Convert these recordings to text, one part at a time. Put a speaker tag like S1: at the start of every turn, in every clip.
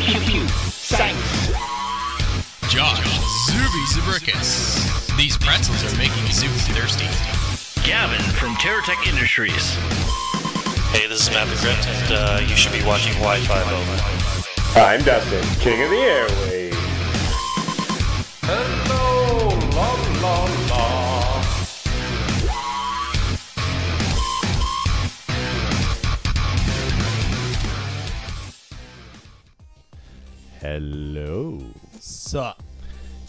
S1: Pew pew. Thanks.
S2: Josh, Zuby Zubricus. These pretzels are making Zuby thirsty.
S1: Gavin from TerraTech Industries.
S3: Hey, this is Matt McGriff, and uh, you should be watching Wi-Fi Bowman.
S4: I'm Dustin, king of the airwaves.
S5: Hello, la la la.
S6: Hello. Sup.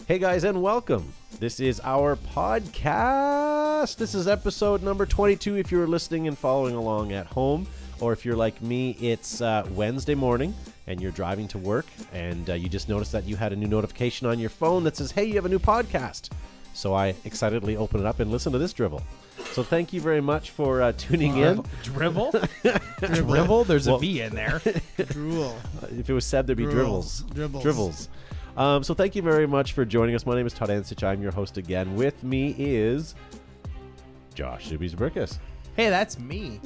S6: Hey guys, and welcome. This is our podcast. This is episode number 22 if you're listening and following along at home. Or if you're like me, it's uh, Wednesday morning and you're driving to work and uh, you just noticed that you had a new notification on your phone that says, hey, you have a new podcast. So I excitedly open it up and listen to this dribble. So thank you very much for uh, tuning in.
S7: Drivel? Drivel? There's
S6: Well-
S7: a V in there.
S8: Drool.
S6: If it was said, there'd be
S8: Dribbles.
S6: dribbles.
S8: Dribbles.
S6: Um, so thank you very much for joining us. My name is Todd Ansich. I'm your host again. With me is Josh Subies Brickus.
S7: Hey, that's me.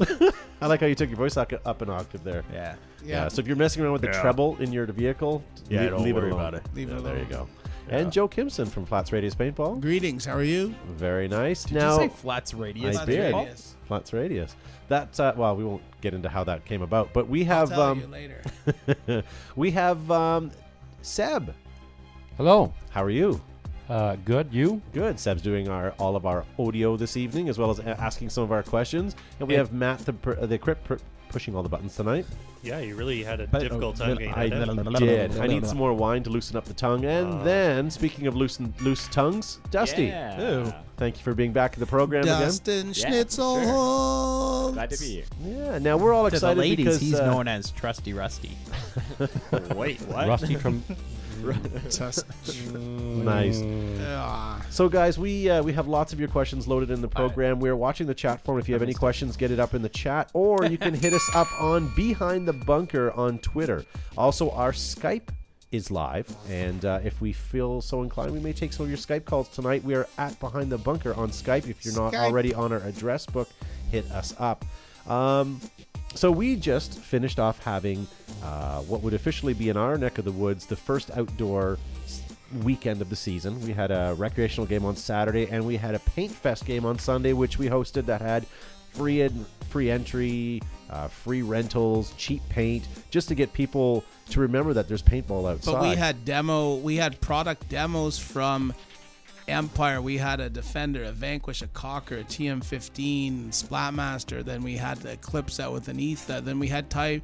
S6: I like how you took your voice oc- up an octave there.
S7: Yeah.
S8: Yeah.
S6: So if you're messing around with the treble in your vehicle,
S2: Yeah,
S6: lea- leave,
S2: don't
S6: it
S2: worry
S6: alone.
S2: about it.
S8: Leave it
S6: Yeah, There you
S8: alone.
S6: go. And Joe Kimson from Flats Radius Paintball.
S8: Greetings. How are you?
S6: Very nice.
S7: Did
S6: now,
S7: you say Flats Radius?
S6: I
S8: Flats
S6: did.
S8: Radius?
S6: Flats Radius. That uh, well, we won't get into how that came about, but we have
S8: Tell you
S6: um,
S8: later.
S6: we have um, Seb.
S9: Hello.
S6: How are you?
S9: Uh, good. You?
S6: Good. Seb's doing our all of our audio this evening, as well as a- asking some of our questions. And we have Matt, the, pr- the crypt, pr- pushing all the buttons tonight.
S3: Yeah, you really had a
S6: But-
S3: difficult
S6: uh,
S3: time getting
S6: I
S3: that Uh. out.
S6: did. I need some more wine to loosen up the tongue. And then, speaking of loosen, loose tongues, Dusty. Thank you for being back in the program
S8: Dustin Schnitzel.
S9: Glad to be here.
S6: again. Yeah. Now we're all
S7: To
S6: excited
S7: the ladies,
S6: because
S7: he's
S6: uh,
S7: known as Trusty Rusty.
S3: Wait, what?
S9: Rusty from.
S8: Dust-
S6: nice.
S8: Ah,
S6: So, guys, we uh, we have lots of your questions loaded in the program. We're watching the chat form. If you have any questions, get it up in the chat, or you can hit us up on Behind the Bunker on Twitter. Also, our Skype is live, and uh, if we feel so inclined, we may take some of your Skype calls tonight. We are at Behind the Bunker on Skype. If you're not
S8: Skype.
S6: already on our address book, hit us up. Um, so we just finished off having uh, what would officially be in our neck of the woods the first outdoor s- weekend of the season. We had a recreational game on Saturday and we had a paint fest game on Sunday, which we hosted that had free en- free entry, uh, free rentals, cheap paint, just to get people to remember that there's paintball outside.
S8: But we had demo. We had product demos from Empire. We had a Defender, a Vanquish, a Cocker, a TM15, Splatmaster. Then we had the Eclipse out with an Etha. Then we had Ty.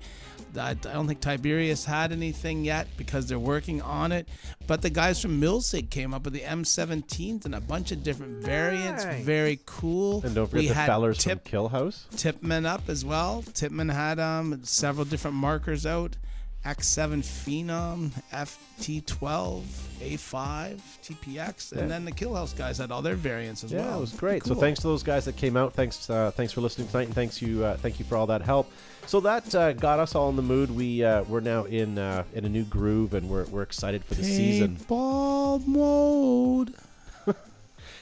S8: I I don't think Tiberius had anything yet because they're working on it. But the guys from Milsig came up with the M17s and a bunch of different variants. Very cool.
S6: and don't forget
S8: we
S6: the
S8: had
S6: fellers
S8: tip
S6: from Kill House.
S8: Tipman up as well. Tipman had um several different markers out. X7 Phenom, FT12, A5, TPX, and then the Kill House guys had all their variants as well.
S6: Yeah, it was great. So
S8: Cool.
S6: thanks to those guys that came out. Thanks, uh, thanks for listening tonight, and thanks you, uh, thank you for all that help. So that uh, got us all in the mood. We uh, we're now in uh, in a new groove, and we're we're excited for the season.
S8: Ball mode.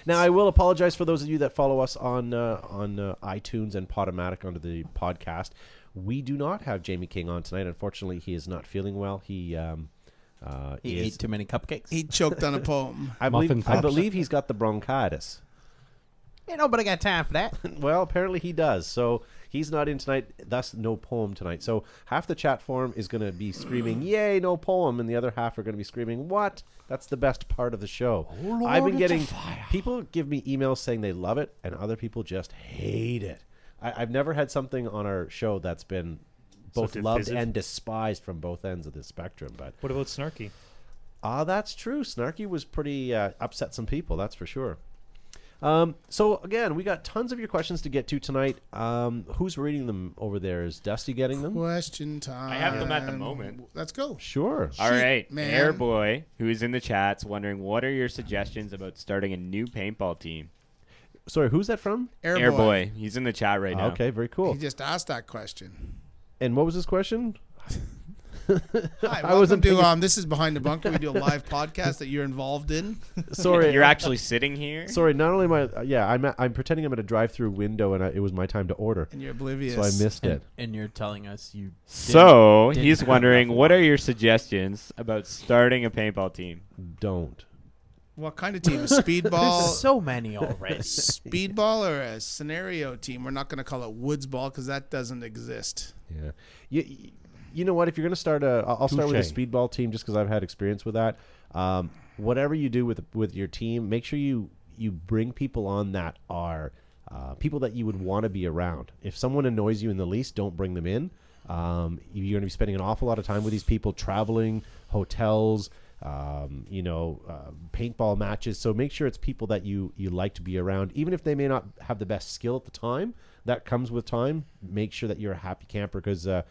S6: Now I will apologize for those of you that follow us on uh, on uh, iTunes and Podomatic under the podcast. We do not have Jamie King on tonight. Unfortunately, he is not feeling well. He um, uh,
S7: He
S6: is,
S7: ate too many cupcakes.
S8: He choked on a poem.
S6: I believe,
S9: Muffin
S6: I
S9: Pops.
S6: believe he's got the bronchitis.
S7: Ain't nobody got time for that.
S6: Well, apparently he does. So he's not in tonight. Thus, no poem tonight. So half the chat forum is going to be screaming, "Yay, no poem!" and the other half are going to be screaming, "What?" That's the best part of the show. I've been getting people give me emails saying they love it, and other people just hate it. I, I've never had something on our show that's been both loved
S3: divisive.
S6: and despised from both ends of the spectrum. But
S3: What about Snarky?
S6: Ah, that's true. Snarky was pretty uh, upset some people, that's for sure. Um, so again, we got tons of your questions to get to tonight. Um, who's reading them over there? Is Dusty getting them?
S8: Question time.
S10: I have them at the moment.
S8: Let's go.
S6: Sure.
S10: All
S8: Shit,
S10: right,
S8: man.
S10: Airboy, who is in the chats, wondering what are your suggestions about starting a new paintball team?
S6: Sorry, who's that from?
S10: Airboy, he's in the chat right now.
S6: Okay, very cool.
S8: He just asked that question.
S6: And what was his question?
S8: Hi,
S6: I
S8: welcome
S6: wasn't
S8: to
S6: thinking-
S8: um. This is behind the bunker. We do a live podcast that you're involved in.
S6: Sorry,
S10: sitting here.
S6: Sorry, not only am I uh, yeah, I'm at, I'm pretending I'm at a drive-through windo, and I, it was my time to order,
S8: And you're oblivious.
S6: so I missed it.
S11: And you're telling us you.
S10: So
S11: didn't-
S10: he's
S11: didn't
S10: wondering, what are your suggestions about starting a paintball team?
S6: Don't.
S8: What kind of team? A speedball.
S11: There's so many already.
S8: Speedball or a scenario team? We're not going to call it Woods Ball because that doesn't exist.
S6: Yeah, you, you know what? If you're gonna start a, I'll I'll start with a
S8: Touche.
S6: speedball team just because I've had experience with that. Um, whatever you do with with your team, make sure you you bring people on that are uh, people that you would want to be around. If someone annoys you in the least, don't bring them in. Um, you're going to be spending an awful lot of time with these people, traveling, hotels, um, you know, uh, paintball matches. So make sure it's people that you you like to be around, even if they may not have the best skill at the time. That comes with time. Make sure that you're a happy camper because uh,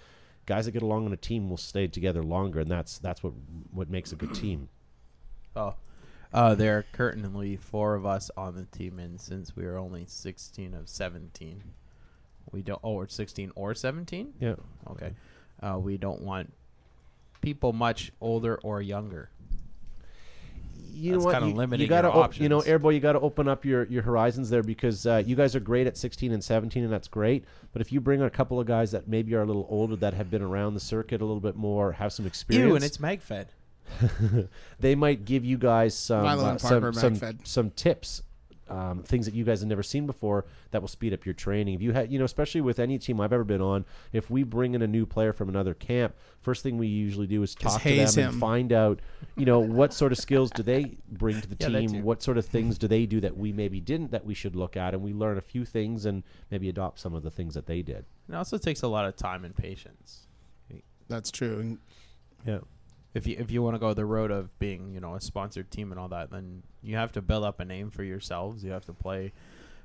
S6: guys that get along on a team will stay together longer, and that's that's what what makes a good team.
S11: Oh. Uh, there are currently four of us on the team, and since we are only 16 of 17, we don't. Oh, or 16 or 17?
S6: Yeah.
S11: Okay. Uh, we don't want people much older or younger.
S6: you
S11: That's
S6: know what?
S11: kinda
S6: you,
S11: limiting
S6: you gotta,
S11: your
S6: o- you know,
S11: options.
S6: Airboy, you got to open up your, your horizons there because uh, you guys are great at 16 and 17, and that's great. But if you bring a couple of guys that maybe are a little older, that have been around the circuit a little bit more, have some experience,
S11: Ew, and it's MagFed.
S6: they might give you guys some uh,
S11: Milo and
S6: some,
S11: Parker,
S6: some,
S11: MagFed.
S6: some tips, um, things that you guys have never seen before that will speed up your training. If you had, you know, especially with any team I've ever been on, if we bring in a new player from another camp, first thing we usually do is talk to them
S8: haze
S6: and
S8: him.
S6: find out, you know, what sort of skills do they bring to the
S8: Yeah, that
S6: team?
S8: too.
S6: What sort of things do they do that we maybe didn't that we should look at? And we learn a few things and maybe adopt some of the things that they did.
S11: It also takes a lot of time and patience.
S8: That's true. And
S6: Yeah.
S11: If you if you want to go the road of being you know a sponsored team and all that, then you have to build up a name for yourselves. You have to play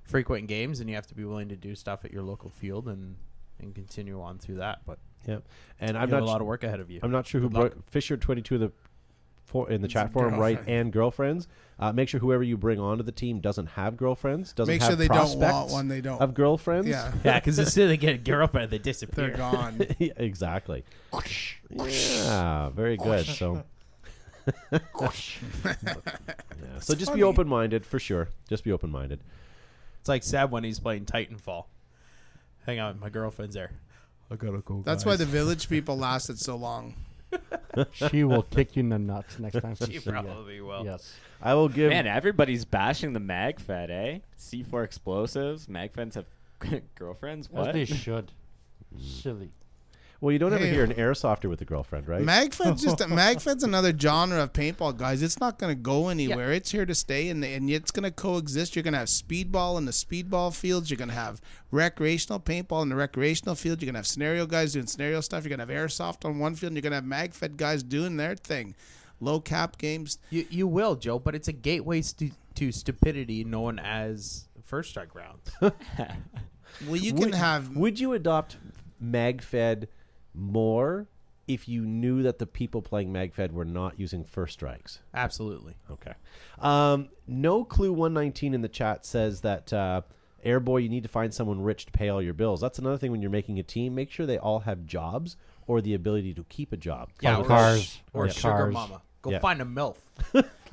S11: frequent games, and you have to be willing to do stuff at your local field and and continue on through that. But
S6: Yep. And
S11: you
S6: I'm
S11: have
S6: not
S11: a lot
S6: su-
S11: of work ahead of you.
S6: I'm not sure who
S11: Good luck.
S6: brought Fisher 22 in the for, in the chat
S11: a
S6: forum, right?
S11: girlfriend.
S6: And girlfriends. Uh, make sure whoever you bring onto the team doesn't have girlfriends. Doesn't
S8: Make
S6: have
S8: sure they don't want
S6: prospects
S8: one they don't-
S6: have girlfriends.
S8: Yeah.
S11: Yeah, 'cause as soon as they get a girlfriend, they disappear.
S8: They're gone.
S6: Yeah, exactly. yeah, very good. So. Yeah, so just be
S11: funny.
S6: open minded for sure. Just be open minded.
S11: It's like Sab when he's playing Titanfall. Hang on, my girlfriend's there. I gotta
S6: Oh,
S11: go.
S8: That's why the village people lasted so long.
S9: she will kick you in the nuts next time.
S8: She
S9: sees you.
S8: probably will.
S9: Yes.
S6: I will give.
S10: Man, everybody's bashing the MagFed, eh? C4 explosives. MagFeds have girlfriends.
S9: As
S10: What?
S9: they should. Mm. Silly.
S6: Well, you don't ever
S8: Hey.
S6: hear an airsofter with a girlfriend, right?
S8: Magfed's just a, Magfed's another genre of paintball, guys. It's not going to go anywhere. It's here to stay, and and it's going to coexist. You're going to have speedball in the speedball fields. You're going to have recreational paintball in the recreational field. You're going to have scenario guys doing scenario stuff. You're going to have airsoft on one field. and You're going to have Magfed guys doing their thing. Low cap games.
S11: You you will, Joe, but it's a gateway stu- to stupidity known as first strike rounds.
S8: Well, you
S6: would,
S8: can have.
S6: Would you adopt MagFed more if you knew that the people playing MagFed were not using first strikes?
S11: Absolutely.
S6: Okay. Um, no clue. One nineteen in the chat says that uh, Airboy, you need to find someone rich to pay all your bills. That's another thing when you're making a team. Make sure they all have jobs or the ability to keep a job.
S11: or,
S9: cars.
S11: Or
S9: Yeah.
S11: sugar
S9: Cars.
S11: mama. Go
S6: Yeah.
S11: find a MILF.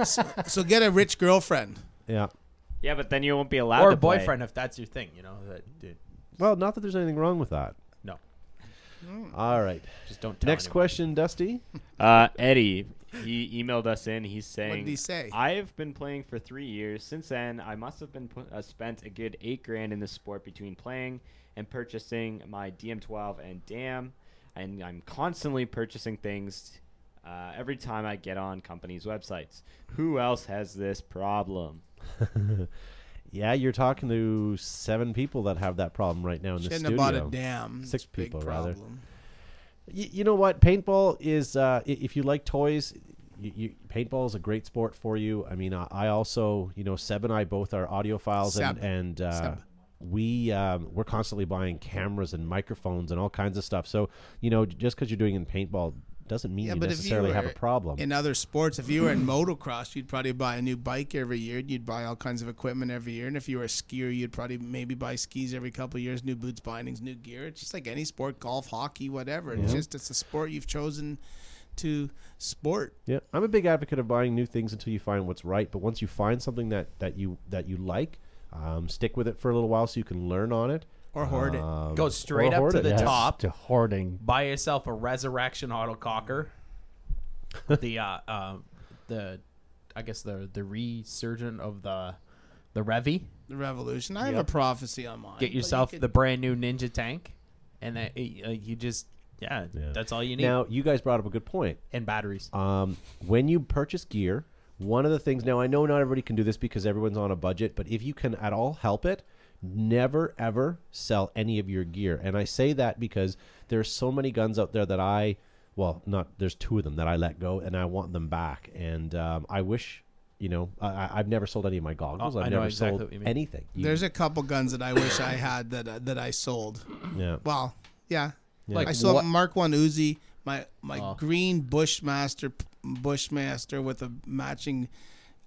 S8: so, so get a rich girlfriend.
S6: Yeah.
S10: Yeah, but then you won't be allowed
S11: Or
S10: to
S11: a
S10: play.
S11: boyfriend if that's your thing, you know. That, dude,
S6: Well, not that there's anything wrong with that.
S11: no.
S6: All right.
S11: Just don't tell
S6: Next
S11: anyone.
S6: question, Dusty.
S10: Uh, Eddie, he emailed us in. He's saying,
S8: did he say?
S10: I've been playing for three years. Since then, I must have been put, uh, spent a good eight grand in the sport between playing and purchasing my DM12 and DAM. And I'm constantly purchasing things uh, every time I get on companies' websites. Who else has this problem?
S6: Yeah, you're talking to seven people that have that problem right now in the
S8: Shouldn't
S6: studio.
S8: have bought a dam.
S6: Six
S8: Big
S6: people, rather.
S8: problem.
S6: Y- you know what? Paintball is uh, i- if you like toys, you, you, paintball is a great sport for you. I mean, I, I also, you know, Seb and I both are audiophiles,
S8: Seb.
S6: and and uh,
S8: Seb.
S6: we um, we're constantly buying cameras and microphones and all kinds of stuff. So you know, j- just because you're doing it in paintball doesn't mean you necessarily have a problem.
S8: in other sports, if you were in motocross, you'd probably buy a new bike every year. and You'd buy all kinds of equipment every year. And if you were a skier, you'd probably maybe buy skis every couple of years, new boots, bindings, new gear. It's just like any sport, golf, hockey, whatever. It's
S6: Yeah.
S8: just it's a sport you've chosen to sport.
S6: Yeah, I'm a big advocate of buying new things until you find what's right. But once you find something that that you that you like, um, stick with it for a little while so you can learn on it
S11: Or hoard it.
S6: Um,
S11: Go
S6: or
S11: straight up
S6: hoard
S11: to
S6: it.
S11: the
S6: Yeah.
S11: top.
S9: To hoarding.
S11: Buy yourself a resurrection auto cocker. the uh, uh, the I guess the the resurgent of the the Revy.
S8: The revolution. I have a prophecy on mine.
S11: Get
S8: but you
S11: yourself
S8: could-
S11: the brand new Ninja tank, and that uh, you just yeah, that's all you need.
S6: Now, you guys brought up a good point.
S11: And batteries.
S6: Um, when you purchase gear, one of the things, now I know not everybody can do this because everyone's on a budget, but if you can at all help it, never ever sell any of your gear. And I say that because there's so many guns out there that I, well, not, there's two of them that I let go and I want them back. And um, I wish, you know, I- I, I've never sold any of my goggles.
S11: Oh,
S6: I've
S11: I know
S6: never
S11: exactly
S6: sold
S11: what you mean.
S6: anything. You-
S8: There's a couple guns that I wish I had that uh, that I sold.
S6: Yeah.
S8: Well, yeah.
S6: Yeah. Like
S8: I sold
S6: what-
S8: Mark One Uzi, my my
S6: Oh.
S8: green Bushmaster Bushmaster with a matching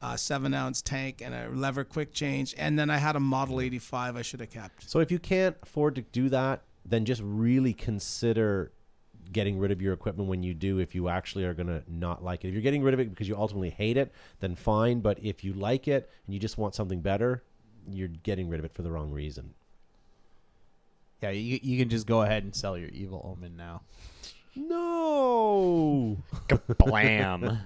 S8: uh, seven ounce tank and a lever quick change, and then I had a Model 85 I should have kept.
S6: So if you can't afford to do that, then just really consider getting rid of your equipment when you do if you actually are going to not like it. If you're getting rid of it because you ultimately hate it, then fine, but if you like it and you just want something better, you're getting rid of it for the wrong reason.
S11: Yeah, you, you can just go ahead and sell your evil omen now.
S6: No.
S11: Kablam.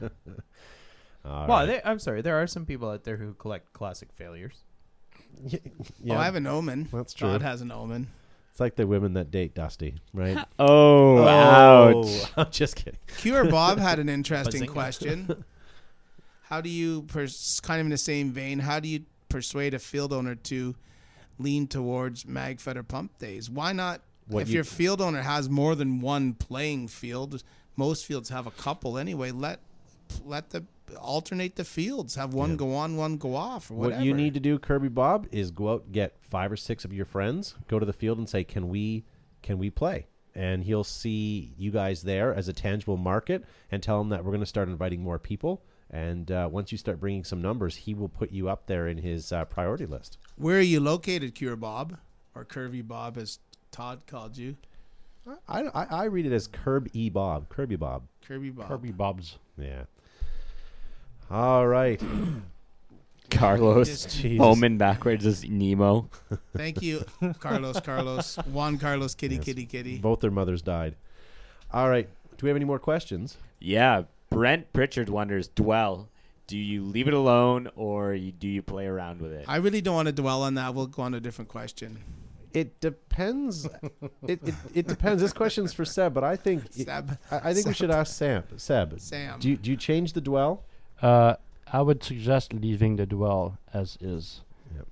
S6: All
S11: well,
S6: right.
S11: there- I'm sorry. There are some people out there who collect classic failures.
S8: Oh, I have an omen.
S6: That's
S8: God
S6: true.
S8: has an omen.
S6: It's like the women that date Dusty, right?
S4: Oh, ouch.
S6: I'm just kidding.
S8: Cure Bob had an interesting
S6: Bazinga.
S8: question. How do you, pers- kind of in the same vein, how do you persuade a field owner to lean towards mag fetter pump days? Why not?
S6: What
S8: if
S6: you-
S8: your field owner has more than one playing field, most fields have a couple anyway. Let let the alternate the fields. Have one go on, one go off, or whatever.
S6: What you need to do, Kirby Bob, is go out and get five or six of your friends, go to the field and say, "Can we, can we play?" And he'll see you guys there as a tangible market, and tell him that we're going to start inviting more people. And uh, once you start bringing some numbers, he will put you up there in his uh, priority list.
S8: Where are you located, Cure Bob, or Curvy Bob, as Todd called you?
S6: I, I, I read it as Curb E Bob, Kirby Bob,
S8: Kirby Bob.
S6: Bobs. Yeah. All right,
S10: Carlos,
S8: Just-
S6: Jesus.
S10: Omen backwards is Nemo.
S8: Thank you, Carlos. Carlos. Juan Carlos. Kitty.
S6: Yes.
S8: Kitty. Kitty.
S6: Both their mothers died. All right. Do we have any more questions?
S10: Yeah, Brent Pritchard wonders, dwell. Do you leave it alone or you, do you play around with it?
S8: I really don't want to dwell on that. We'll go on to a different question.
S6: It depends. it, it, it depends. This question's for Seb, but I think
S8: Seb.
S6: I, I think we should ask Sam. Seb.
S8: Sam.
S6: Do you, do you change the dwell?
S9: Uh, I would suggest leaving the dwell as is,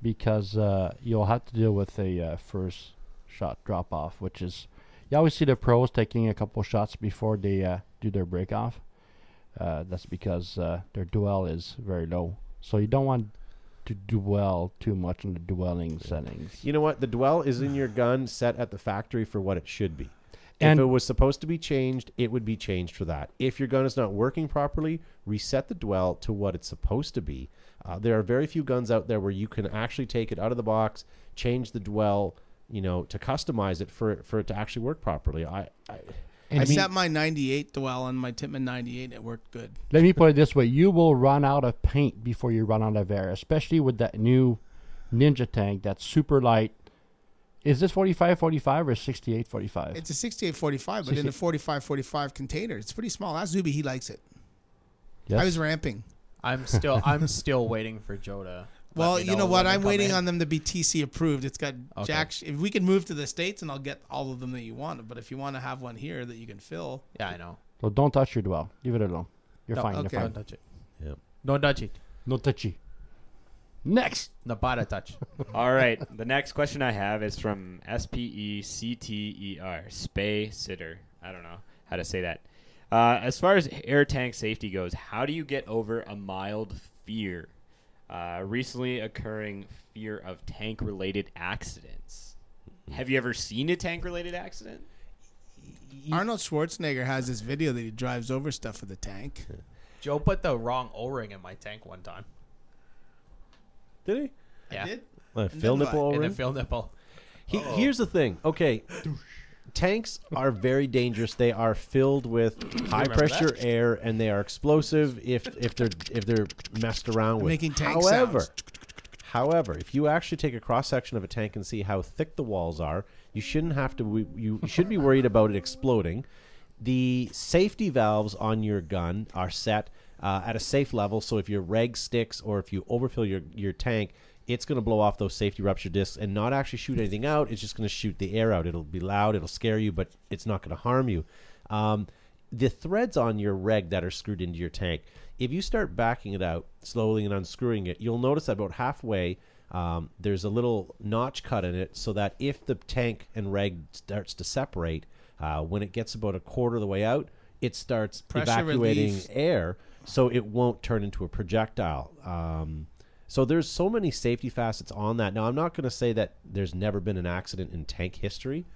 S9: because uh, you'll have to deal with a uh, first shot drop off, which is you always see the pros taking a couple shots before they uh, do their break off. Uh, that's because uh, their dwell is very low, so you don't want to dwell too much in the dwelling settings.
S6: You know what? The dwell is in your gun set at the factory for what it should be.
S9: And-
S6: if it was supposed to be changed, it would be changed for that. If your gun is not working properly, reset the dwell to what it's supposed to be. Uh, there are very few guns out there where you can actually take it out of the box, change the dwell, you know, to customize it for for it to actually work properly. I, I,
S8: I,
S6: I mean-
S8: set my 98 dwell on my Titman 98. It worked good.
S9: Let me put it this way: you will run out of paint before you run out of air, especially with that new Ninja tank that's super light. Is this 45 45 or 68 45?
S8: It's a 6845, but in a 4545 container. It's pretty small. That's Zuby. He likes it. I was ramping.
S11: I'm still I'm still waiting for Joe to. let
S8: Well,
S11: me
S8: you know
S11: when
S8: what?
S11: they
S8: I'm
S11: come
S8: waiting
S11: in.
S8: on them to be TC approved. It's got
S11: Okay.
S8: jack. Sh- if we can move to the states, and I'll get all of them that you want. But if you want to have one here that you can fill,
S11: Yeah, I know.
S9: So don't touch your dwell. Leave it alone. You're
S11: No,
S9: fine.
S8: okay.
S9: You're
S11: Don't
S9: fine.
S11: touch it.
S6: Yeah.
S11: Don't touch it.
S9: No touchy. Next.
S11: No bada touch.
S10: All right, the next question I have is from S P E C T E R, Spay Sitter. I don't know how to say that. Uh, as far as air tank safety goes, how do you get over a mild fear? Uh, recently occurring fear of tank related accidents. Have you ever seen a tank related accident?
S8: Arnold Schwarzenegger has this video that he drives over stuff with a tank.
S11: Joe put the wrong O ring in my tank one time.
S6: Did he?
S11: Yeah.
S8: did?
S6: A fill nipple
S11: In
S6: over
S11: a fill nipple.
S6: He, here's the thing. Okay. Tanks are very dangerous. They are filled with high
S11: remember
S6: pressure
S11: that?
S6: air and they are explosive if if they're if they're messed around with.
S8: Making tank
S6: however,
S8: sounds.
S6: however, if you actually take a cross section of a tank and see how thick the walls are, you shouldn't have to we- you should be worried about it exploding. The safety valves on your gun are set uh, at a safe level, so if your reg sticks or if you overfill your, your tank, it's going to blow off those safety rupture discs and not actually shoot anything out. It's just going to shoot the air out. It'll be loud, it'll scare you, but it's not going to harm you. Um, the threads on your reg that are screwed into your tank, if you start backing it out slowly and unscrewing it, you'll notice that about halfway um, there's a little notch cut in it so that if the tank and reg starts to separate, uh, when it gets about a quarter of the way out, it starts
S8: Pressure
S6: evacuating
S8: relief.
S6: air so it won't turn into a projectile. Um, so there's so many safety facets on that. Now I'm not going to say that there's never been an accident in tank history,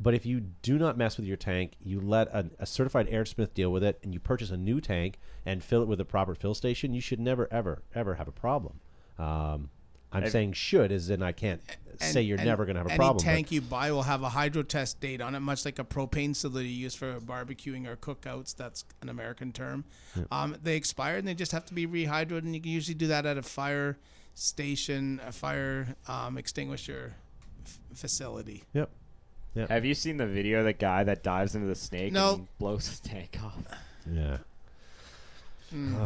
S6: but if you do not mess with your tank, you let a, a certified airsmith deal with it, and you purchase a new tank and fill it with a proper fill station, you should never ever ever have a problem. Um, I'm
S8: And-
S6: saying should as in I can't say you're
S8: And
S6: never going to have a
S8: any
S6: problem. but-
S8: tank you buy will have a hydro test date on it, much like a propane cylinder you use for barbecuing or cookouts. That's an American term.
S12: Yeah.
S8: Um, they expire and they just have to be rehydrated, and you can usually do that at a fire station, a fire um, extinguisher f- facility.
S6: Yep.
S10: Have you seen the video of the guy that dives into the snake
S8: No.
S10: and blows his tank off?
S6: Yeah.
S8: Mm.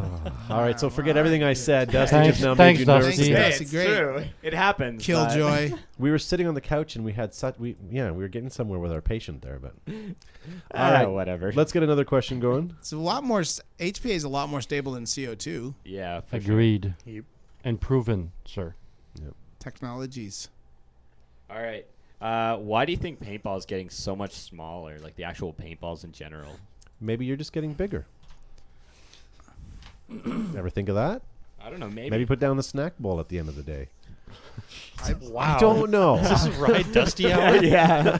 S6: All right, so forget everything I said. Dusty
S10: Thanks-
S6: just now
S10: thanks,
S6: made you nervous.
S10: Dusty.
S6: again.
S10: Hey, Dusty, it's great. true. It happens, Killjoy. but-
S6: we were sitting on the couch and we had such we yeah we were getting somewhere with our patient there, but
S10: Ah, whatever.
S6: Let's get another question going.
S8: It's a lot more. s- HPA is a lot more stable than CO2.
S10: Yeah. for sure.
S9: Agreed. And proven, sir.
S8: Technologies.
S10: All right. Uh, why do you think paintball is getting so much smaller? Like the actual paintballs in general.
S6: Maybe you're just getting bigger. Ever think of that?
S10: I don't know, maybe.
S6: Maybe put down the snack bowl at the end of the day.
S10: I-
S6: I don't know.
S10: Is this Ride Dusty Hour?
S6: yeah.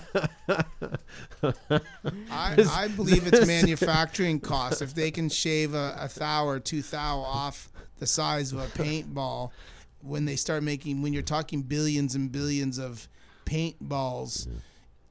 S8: I, I believe it's manufacturing costs. If they can shave a, a thou or two thou off the size of a paintball, when they start making, when you're talking billions and billions of paintballs,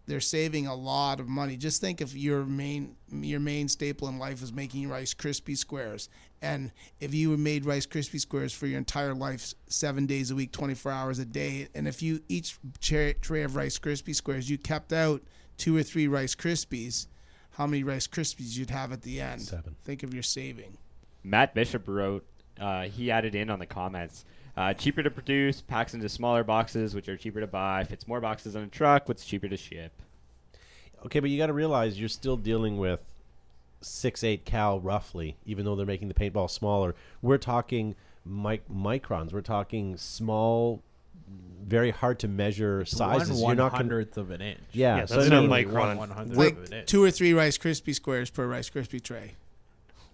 S8: they're saving a lot of money. Just think if your main your main staple in life is making Rice Krispie squares, and if you made Rice Krispie squares for your entire life, seven days a week, 24 hours a day, and if you each tray, tray of Rice Krispie squares, you kept out two or three Rice Krispies, how many Rice Krispies you'd have at the end? Seven. Think of your saving.
S10: Matt Bishop wrote, uh, he added in on the comments. Uh, cheaper to produce, packs into smaller boxes, which are cheaper to buy, fits more boxes on a truck, what's cheaper to ship.
S6: Okay, but you got to realize you're still dealing with six eight cal roughly, even though they're making the paintball smaller. We're talking mic- microns. We're talking small, very hard to measure sizes.
S11: one
S6: you're not gonna-
S11: hundredth of an inch.
S6: Yeah,
S11: Yeah,
S6: so
S11: that's
S6: I
S11: not
S6: mean-
S11: micron. One hundredth
S8: Like
S11: of an inch.
S8: two or three Rice Krispie squares per Rice Krispie tray.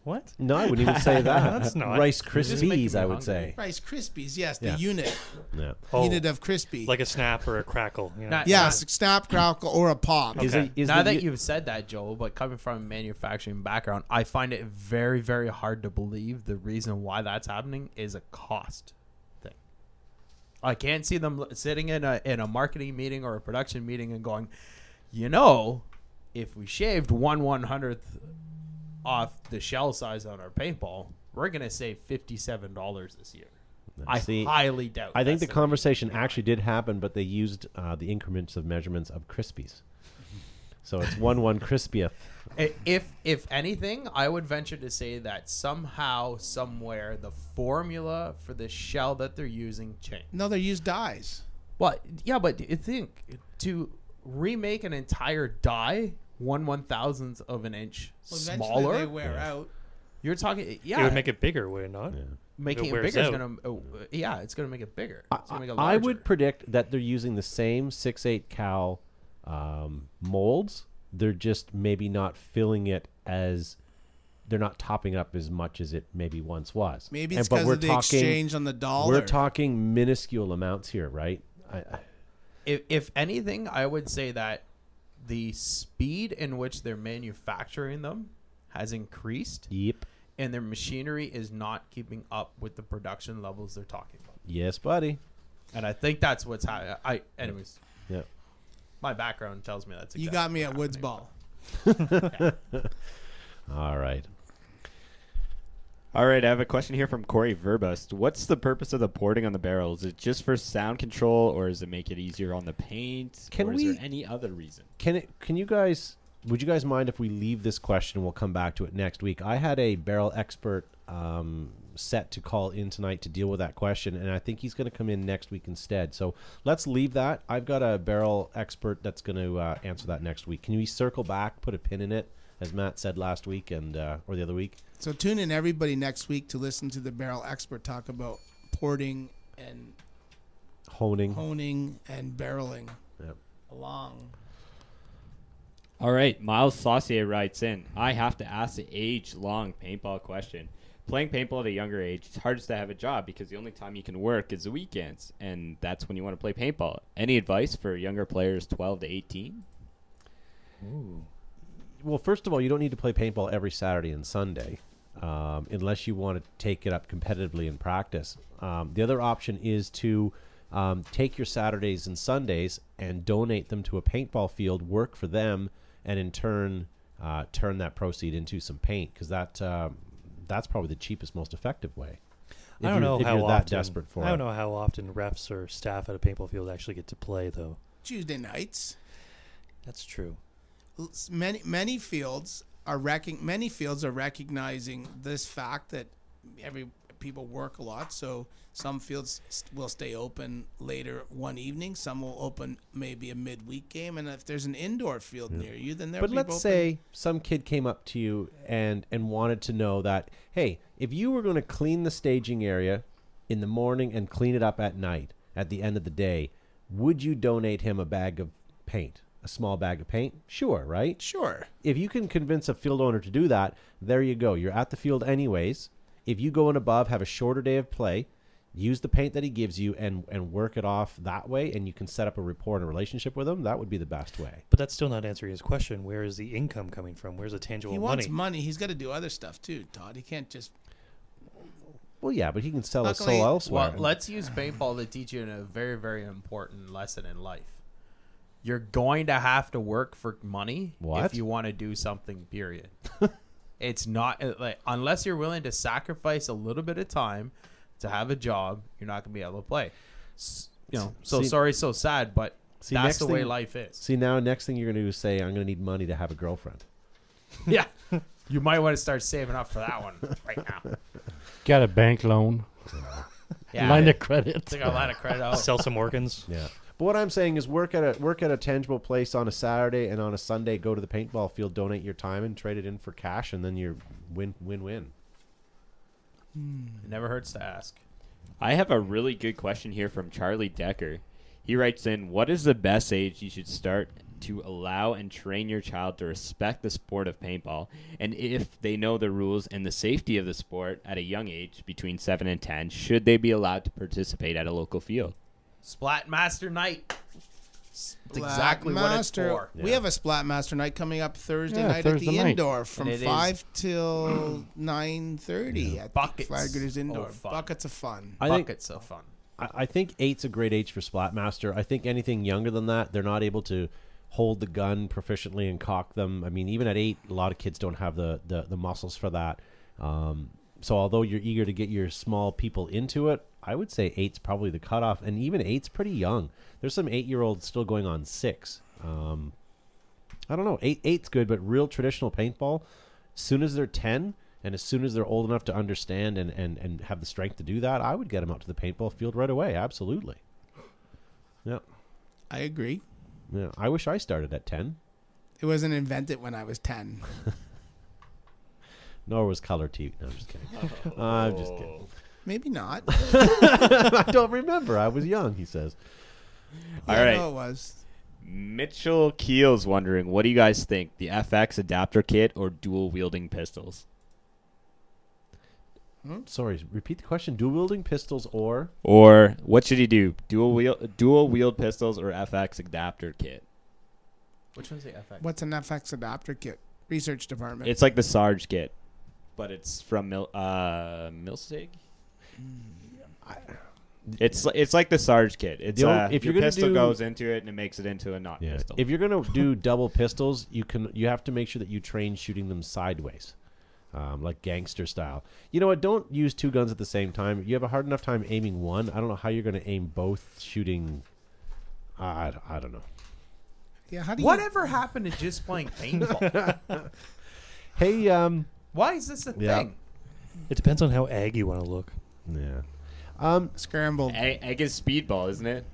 S10: What?
S6: No, I wouldn't even say that.
S8: That's not-
S6: Rice
S8: You're just making
S6: Krispies.
S8: me
S6: I would
S8: hungry.
S6: say.
S8: Rice Krispies, yes, the
S6: Yeah. Oh.
S8: unit.
S6: Yeah.
S8: Unit of crispy.
S3: Like a snap or a crackle. You know?
S11: Not-
S8: yeah,
S11: not-
S8: s- snap, crackle, or a pop.
S6: Is Okay. it- is
S11: now
S6: the
S11: that
S6: u-
S11: you've said that, Joel, but coming from a manufacturing background, I find it very, very hard to believe the reason why that's happening is a cost thing. I can't see them l- sitting in a in a marketing meeting or a production meeting and going, you know, if we shaved one one hundredth off the shell size on our paintball, we're gonna save fifty seven dollars this year. I
S6: See,
S11: highly doubt.
S6: I think
S11: that's
S6: the conversation actually did happen, but they used uh, the increments of measurements of Krispies. So it's one one crispieth.
S11: I- If if anything, I would venture to say that somehow, somewhere, the formula for the shell that they're using changed.
S8: No, they use dyes.
S11: Well, yeah, but you think to remake an entire die one one thousandth of an inch
S8: Well, eventually
S11: smaller,
S8: they wear Yeah. out.
S11: You're talking, yeah.
S3: It would make it bigger, would it not?
S11: making it, bigger is gonna, uh, yeah, it's gonna make it bigger. It's gonna make
S6: I
S11: it larger.
S6: would predict that they're using the same six eight cal um, molds. They're just maybe not filling it as they're not topping up as much as it maybe once was.
S8: Maybe
S6: And-
S8: it's
S6: but
S8: 'cause
S6: we're
S8: of the exchange on the dollar.
S6: We're talking minuscule amounts here, right? I, I,
S11: if if anything, I would say that the speed in which they're manufacturing them has increased.
S6: Yep.
S11: And their machinery is not keeping up with the production levels they're talking about.
S6: Yes, buddy.
S11: And I think that's what's happening. I, anyways,
S6: Yeah.
S11: my background tells me that's. Exactly
S8: you got me at Woods Ball.
S6: All right.
S12: All right, I have a question here from Corey Verbust. What's the purpose of the porting on the barrel? Is it just for sound control, or does it make it easier on the paint?
S6: Can
S12: or
S6: we-
S12: Is there any other reason?
S6: Can it? Can you guys? Would you guys mind if we leave this question? We'll come back to it next week. I had a barrel expert um, set to call in tonight to deal with that question, and I think he's going to come in next week instead. So let's leave that. I've got a barrel expert that's going to uh, answer that next week. Can we circle back, put a pin in it, as Matt said last week and uh, or the other week?
S8: So tune in everybody next week to listen to the barrel expert talk about porting and
S6: Honing.
S8: honing and barreling
S6: Yep.
S8: along.
S12: All right, Miles Saucier writes in I have to ask the age long paintball question. Playing paintball at a younger age, it's hardest to have a job because the only time you can work is the weekends, and that's when you want to play paintball. Any advice for younger players 12 to 18?
S6: Well, first of all, you don't need to play paintball every Saturday and Sunday, um, unless you want to take it up competitively in practice. Um, the other option is to um, take your Saturdays and Sundays and donate them to a paintball field, work for them, and in turn uh, turn that proceed into some paint because that um, that's probably the cheapest, most effective way. If
S13: I don't
S6: you're-
S13: know
S6: if
S13: how
S6: you're
S13: often.
S6: that desperate for
S13: I don't
S6: it.
S13: know how often refs or staff at a paintball field actually get to play though.
S8: Tuesday nights.
S13: That's true.
S8: l- many many fields are recog- many fields are recognizing this fact that every people work a lot so some fields st- will stay open later one evening some will open maybe a midweek game and if there's an indoor field near you then there'll
S6: but
S8: be
S6: let's
S8: open.
S6: say some kid came up to you and and wanted to know that hey if you were going to clean the staging area in the morning and clean it up at night at the end of the day would you donate him a bag of paint a small bag of paint sure right
S8: sure
S6: if you can convince a field owner to do that there you go you're at the field anyways if you go in above have a shorter day of play use the paint that he gives you and and work it off that way and you can set up a rapport and a relationship with him that would be the best way
S13: But that's still not answering his question. Where is the income coming from? Where's the tangible
S8: he
S13: money?
S8: wants money he's got to do other stuff too todd he can't just
S6: Well, yeah, but he can sell his
S11: Luckily-
S6: soul elsewhere.
S11: Well, let's use paintball to teach you a very, very important lesson in life. You're going to have to work for money
S6: What?
S11: if you want to do something. Period. it's not uh, like unless you're willing to sacrifice a little bit of time to have a job, you're not going to be able to play. S- you know, so
S6: See-
S11: sorry, so sad, but
S6: See,
S11: that's
S6: next
S11: the way
S6: thing-
S11: life is.
S6: See, now next thing you're going to do is say, "I'm going to need money to have a girlfriend."
S11: yeah, you might want to start saving up for that one right now.
S9: Get a bank loan.
S11: Yeah.
S9: Line of credit.
S11: They got a line of credit Oh, out.
S13: Sell some organs.
S6: Yeah. But what I'm saying is, work at a work at a tangible place on a Saturday and on a Sunday. Go to the paintball field, donate your time, and trade it in for cash, and then you're win win win.
S11: It never hurts to ask.
S12: I have a really good question here from Charlie Decker. He writes in, "What is the best age you should start to allow and train your child to respect the sport of paintball, and if they know the rules and the safety of the sport at a young age, between seven and ten, should they be allowed to participate at a local field?"
S11: Splatmaster night. That's exactly
S8: Splatmaster.
S11: what it's for.
S8: We have a Splatmaster night coming up Thursday
S11: Yeah,
S8: night
S11: Thursday
S8: at the
S11: night.
S8: indoor
S11: And
S8: from
S11: it is-
S8: five till nine thirty at Buckets. Flagger's indoor.
S11: of Oh, fun.
S8: Buckets of fun.
S11: Buckets of fun.
S6: I, I think eight's a great age for Splatmaster. I think anything younger than that, they're not able to hold the gun proficiently and cock them. I mean, even at eight, a lot of kids don't have the the, the muscles for that. Um, so although you're eager to get your small people into it, I would say eight's probably the cutoff, and even eight's pretty young. There's some eight year olds still going on six. Um, I don't know. Eight eight's good, but real traditional paintball. Soon as they're ten, and as soon as they're old enough to understand and and and have the strength to do that, I would get them out to the paintball field right away. Absolutely. Yeah.
S8: I agree.
S6: Yeah. I wish I started at ten.
S8: It wasn't invented when I was ten.
S6: Nor was color TV. No, I'm just kidding. I'm just kidding.
S8: Maybe not.
S6: I don't remember. I was young. He says.
S12: All
S8: I
S12: right.
S8: know it was.
S12: Mitchell Keel's wondering, "What do you guys think? The FX adapter kit or dual wielding pistols?"
S6: Sorry. Repeat the question. Dual wielding pistols or
S12: Or what should he do? Dual wheel, dual wield pistols or FX adapter kit?
S11: Which one's the FX?
S8: What's an FX adapter kit? Research department.
S12: It's like the Sarge kit, but it's from Mil- uh, Milsig. Mm, It's li- it's like the Sarge kit. It's
S6: The only-
S12: uh,
S6: if
S12: if
S6: you're
S12: your
S6: gonna
S12: pistol
S6: do-
S12: goes into it and it makes it into a not pistol.
S6: If you're gonna do double pistols, you can you have to make sure that you train shooting them sideways, um, like gangster style. You know what? Don't use two guns at the same time. You have a hard enough time aiming one. I don't know how you're gonna aim both shooting. I, I don't know.
S8: Yeah, how do
S11: Whatever happened to just playing paintball?
S6: Hey, um,
S11: Why is this a
S6: Yeah.
S11: thing?
S13: It depends on how ag you want to look.
S6: Yeah. Um,
S8: Scrambled.
S12: Egg, E, egg is speedball, isn't it?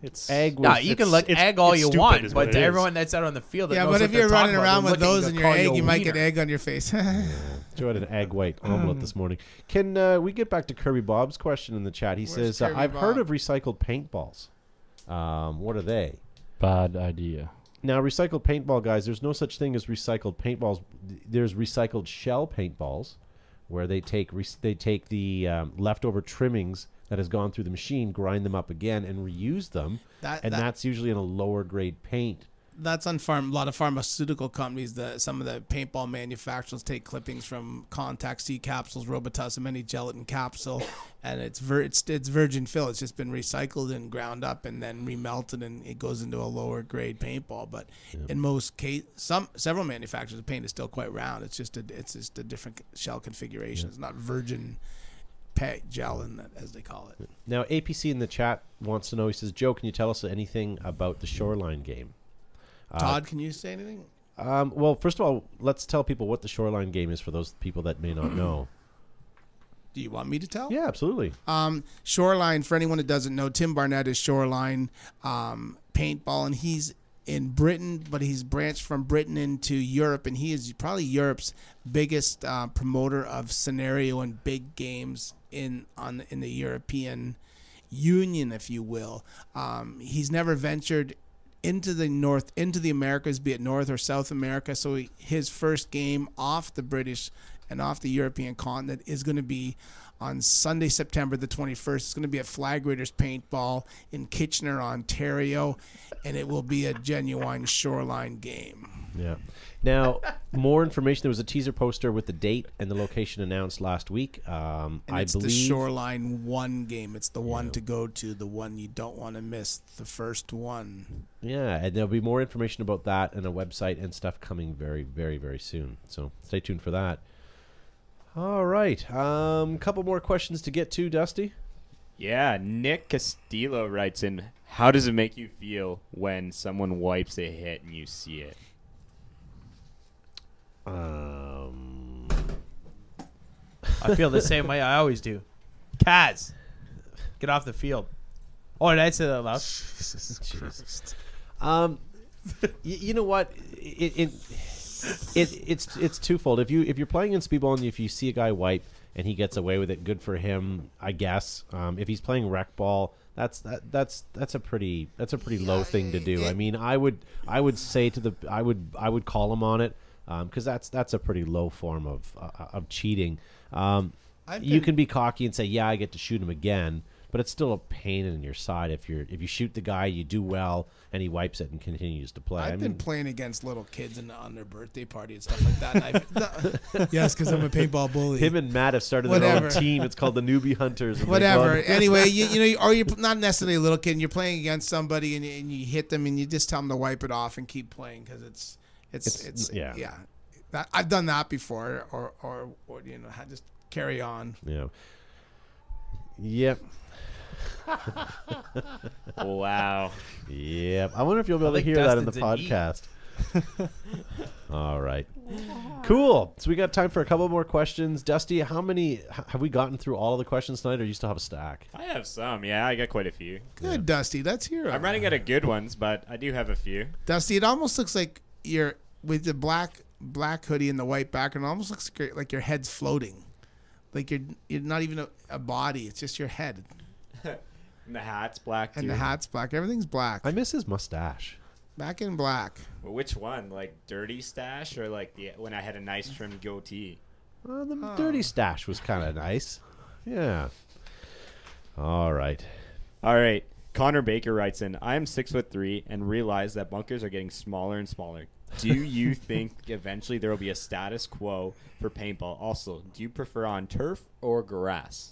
S13: It's
S12: egg.
S11: Nah, you can look egg all you want, but to everyone that's out on the field, that
S8: yeah,
S11: knows
S8: but
S11: what
S8: if
S11: they're
S8: you're
S11: talking
S8: running
S11: about,
S8: around
S11: they're
S8: with
S11: looking
S8: those
S11: to
S8: in your
S11: call
S8: egg,
S11: a
S8: you might get
S11: wiener.
S8: egg on your face.
S6: Joe had an egg white omelet this morning. Can uh, we get back to Kirby Bob's question in the chat? He says, uh,
S8: Kirby
S6: "I've heard
S8: Bob?
S6: of recycled paintballs. Um, what are they?"
S9: Bad idea.
S6: Now, recycled paintball guys, there's no such thing as recycled paintballs. There's recycled shell paintballs, where they take re- they take the um, leftover trimmings that has gone through the machine, grind them up again, and reuse them.
S8: That-
S6: and
S8: that-
S6: that's usually in a lower grade paint.
S8: That's on farm. A lot of pharmaceutical companies, the some of the paintball manufacturers take clippings from Contact C capsules, Robitussin, any gelatin capsule, and it's vir- it's it's virgin fill. It's just been recycled and ground up and then remelted, and it goes into a lower grade paintball. But in most case, some several manufacturers, the paint is still quite round. It's just a it's just a different shell configuration. It's not virgin pet gelatin as they call it.
S6: Now, APC in the chat wants to know. He says, "Joe, can you tell us anything about the Shoreline game?" Uh,
S8: Todd, can you say anything?
S6: Um, well, first of all, let's tell people what the Shoreline game is for those people that may not know.
S8: Do you want me to tell?
S6: Yeah, absolutely.
S8: Um, Shoreline, for anyone that doesn't know, Tim Barnett is Shoreline um, paintball, and he's in Britain, but he's branched from Britain into Europe, and he is probably Europe's biggest uh, promoter of scenario and big games in on in the European Union, if you will. Um, he's never ventured into the north into the americas be it north or south america so he, his first game off the british and off the european continent is going to be on sunday september the 21st it's going to be at flag raiders paintball in kitchener ontario and it will be a genuine shoreline game
S6: Yeah. Now, more information. There was a teaser poster with the date and the location announced last week. Um,
S8: and
S6: I
S8: it's
S6: believe
S8: the shoreline one game it's the one to go to the one you don't want to miss the first one
S6: Yeah, and there'll be more information about that and a website and stuff coming very, very, very soon. So stay tuned for that. All right. Um, couple more questions to get to, Dusty.
S12: Yeah, Nick Castillo writes in, "How does it make you feel when someone wipes a hit and you see it?"
S6: Um,
S11: I feel the same way I always do. Kaz, get off the field. Oh, did I say that loud?
S6: Um, y- you know what? It, it, it it's it's twofold. If you if you're playing in speedball and if you see a guy wipe and he gets away with it, good for him, I guess. Um, if he's playing rec ball, that's that that's that's a pretty that's a pretty low thing to do. I mean, I would I would say to the I would I would call him on it because that's that's a pretty low form of uh, of cheating. Um,
S8: I've
S6: you
S8: been-
S6: can be cocky and say, "Yeah, I get to shoot him again," but it's still a pain in your side if you're if you shoot the guy, you do well, and he wipes it and continues to play.
S8: I've
S6: I
S8: been
S6: mean,
S8: playing against little kids and on their birthday party and stuff like that. And I've, yes, because I'm a paintball bully.
S6: Him and Matt have started their
S8: Whatever.
S6: own team. It's called the Newbie Hunters. and they've
S8: Whatever.
S6: gone-
S8: anyway, you, you know, you- or you're not necessarily a little kid. And you're playing against somebody and, you- and you hit them and you just tell them to wipe it off and keep playing because it's it's
S6: It's-
S8: it's,
S6: yeah.
S8: yeah That, I've done that before, or or, or you know, I just carry on.
S6: yeah. Yep.
S12: wow.
S6: Yep. I wonder if you'll be able to
S12: I
S6: hear
S12: think
S6: that in the podcast.
S12: Dustin's E.
S6: All right. Cool. So we got time for a couple more questions. Dusty, how many h- have we gotten through all of the questions tonight, or you still have a stack?
S12: I have some. Yeah, I got quite a few.
S8: Good, Dusty. That's here.
S12: I'm running out of good ones, but I do have a few.
S8: Dusty, it almost looks like you're with the black black hoodie and the white background. It almost looks like your- like your head's floating, like you're you're not even a, a body. It's just your head,
S12: And the hat's black.
S8: and
S12: too.
S8: the hat's black. Everything's black.
S6: I miss his mustache.
S8: Back in black.
S12: Well, which one? Like dirty stash or like the when I had a nice trimmed goatee?
S6: Well, Uh, the dirty stash was kind of nice. Yeah. All right.
S12: All right. Connor Baker writes in, I am six foot three and realize that bunkers are getting smaller and smaller. Do you think eventually there will be a status quo for paintball? Also, do you prefer on turf or grass?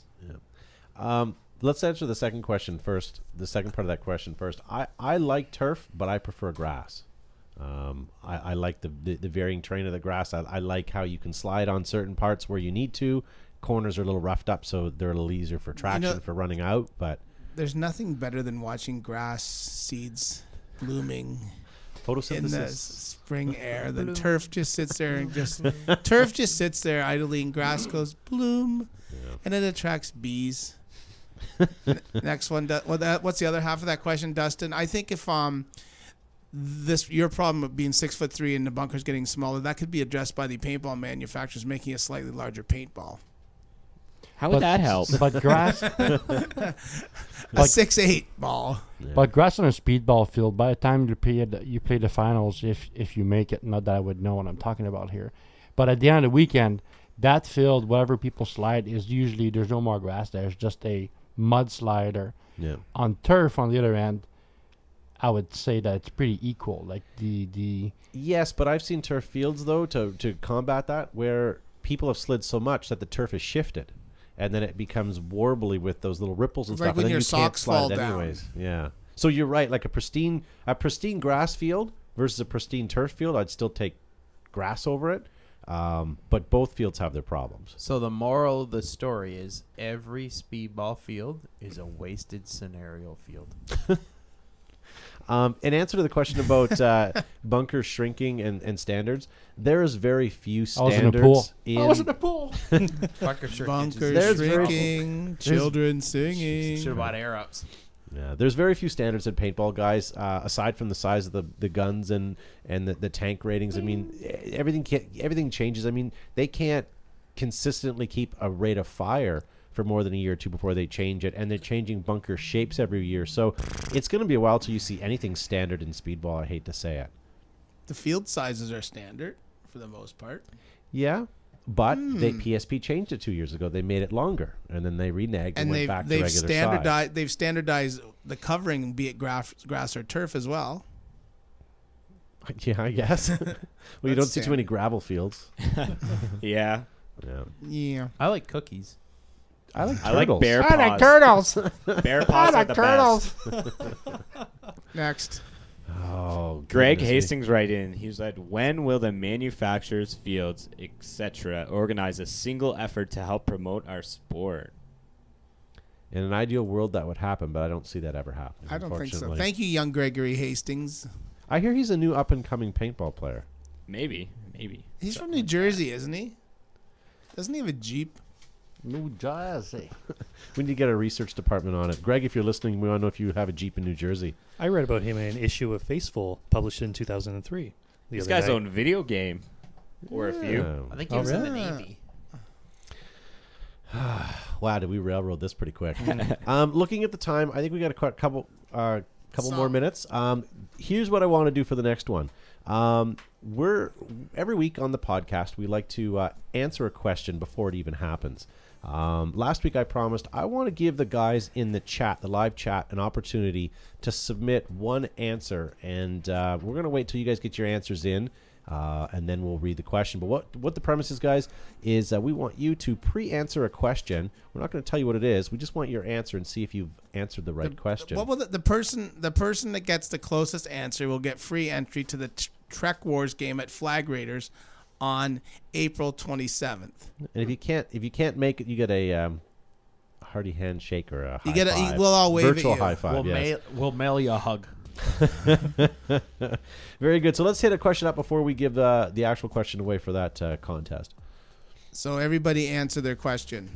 S6: Um, let's answer the second question first. The second part of that question first. I, I like turf, but I prefer grass. Um, I, I like the, the the varying terrain of the grass. I, I like how you can slide on certain parts where you need to. Corners are a little roughed up, so they're a little easier for traction for running out. But
S8: There's nothing better than watching grass seeds blooming in the
S6: Photosynthesis.
S8: s- spring air. The
S6: Bloom.
S8: turf just sits there and just turf just sits there idly, and grass goes bloom, and it attracts bees. N- Next one. Du- well, that, what's the other half of that question, Dustin? I think if um this your problem of being six foot three and the bunker's getting smaller, that could be addressed by the paintball manufacturers making a slightly larger paintball.
S12: How
S9: But- But grass,
S8: a
S9: But-
S8: six eight ball.
S9: But grass on a speedball field. By the time you play the, you play the finals, if if you make it, not that I would know what I'm talking about here, but at the end of the weekend, that field, whatever people slide, is usually there's no more grass. There's just a mud slider.
S6: Yeah.
S9: On turf, on the other end, I would say that it's pretty equal. Like the the
S6: Yes, but I've seen turf fields though to to combat that where people have slid so much that the turf is shifted, and then it becomes warbly with those little ripples and
S8: Like
S6: stuff.
S8: when
S6: and then
S8: your
S6: you can't
S8: socks
S6: slide
S8: fall
S6: it
S8: down.
S6: anyways. Yeah. So you're right. Like a pristine a pristine grass field versus a pristine turf field, I'd still take grass over it. Um, but both fields have their problems.
S11: So the moral of the story is every speedball field is a wasted scenario field.
S6: Um, in answer to the question about uh, bunker shrinking and, and standards, there is very few
S9: I was
S6: standards
S9: in a pool.
S6: in-
S9: I was in a pool.
S11: Bunker shrinkage.
S8: Bunkers
S11: There's very-
S8: shrinking,
S11: there's-
S8: children singing.
S11: Should've bought air ups.
S6: Yeah, there's very few standards in paintball, guys. Uh, aside from the size of the, the guns and and the, the tank ratings, I mean, e- everything can everything changes. I mean, they can't consistently keep a rate of fire for more than a year or two before they change it, and they're changing bunker shapes every year. So it's going to be a while till you see anything standard in speedball. I hate to say it.
S8: The field sizes are standard for the most part.
S6: Yeah. But they
S8: Hmm.
S6: PSP changed it two years ago. They made it longer, and then they reneged and,
S8: and
S6: went
S8: they've
S6: back to
S8: they've
S6: regular size.
S8: standardized they've standardized the covering, be it grass, grass or turf as well.
S6: Yeah, I guess. well, you
S8: That's
S6: don't see too many gravel fields.
S12: yeah.
S6: Yeah.
S8: Yeah,
S11: I like cookies.
S6: I like
S12: I like
S6: turtles.
S12: bear
S6: I like
S12: paws.
S6: turtles.
S12: bear paws
S6: I
S12: are
S6: like
S12: the
S6: turtles.
S12: best.
S8: Next,
S6: Oh,
S12: Greg
S6: goodness me.
S12: Hastings right in. He said, "When will the manufacturers, fields, etc., organize a single effort to help promote our sport?"
S6: In an ideal world, that would happen, but I don't see that ever happening.
S8: I don't think so.
S6: unfortunately.
S8: Thank you, young Gregory Hastings.
S6: I hear he's a new up and coming paintball player.
S12: Maybe, maybe.
S8: He's from New Jersey, isn't he? Doesn't he have a jeep?
S9: New Jersey.
S6: We need to get a research department on it. Greg, if you're listening, we want to know if you have a Jeep in New Jersey.
S13: I read about him in an issue of Faceful published in 2003. the
S12: This
S13: other
S12: guy's
S13: night.
S12: own video game, or a few.
S6: Yeah.
S11: I think he
S13: Oh,
S11: was in the
S8: really?
S11: Navy.
S6: Wow, did we railroad this pretty quick? um, looking at the time, I think we got a cou- couple uh, couple more minutes. Um, here's what I want to do for the next one. Um, we're every week on the podcast, we like to uh, answer a question before it even happens. Um, last week, I promised I want to give the guys in the chat, the live chat, an opportunity to submit one answer, and uh, we're gonna wait till you guys get your answers in uh, and then we'll read the question. But what what the premise is, guys, is uh, we want you to pre-answer a question. We're not going to tell you what it is. We just want your answer and see if you've answered the right question.
S8: What will the, the person the person that gets the closest answer will get free entry to the t- Trek Wars game at Flag Raiders on April 27th.
S6: and if you can't if you can't make it, you get a um, hearty handshake or a high
S8: You get a- you-
S6: five.
S8: we'll all wave at
S6: virtual
S8: you.
S6: high 5
S11: we'll,
S6: yes.
S11: mail, we'll mail you a hug.
S6: Very good. So let's hit a question up before we give uh, the actual question away for that uh, contest.
S8: So everybody answer their question.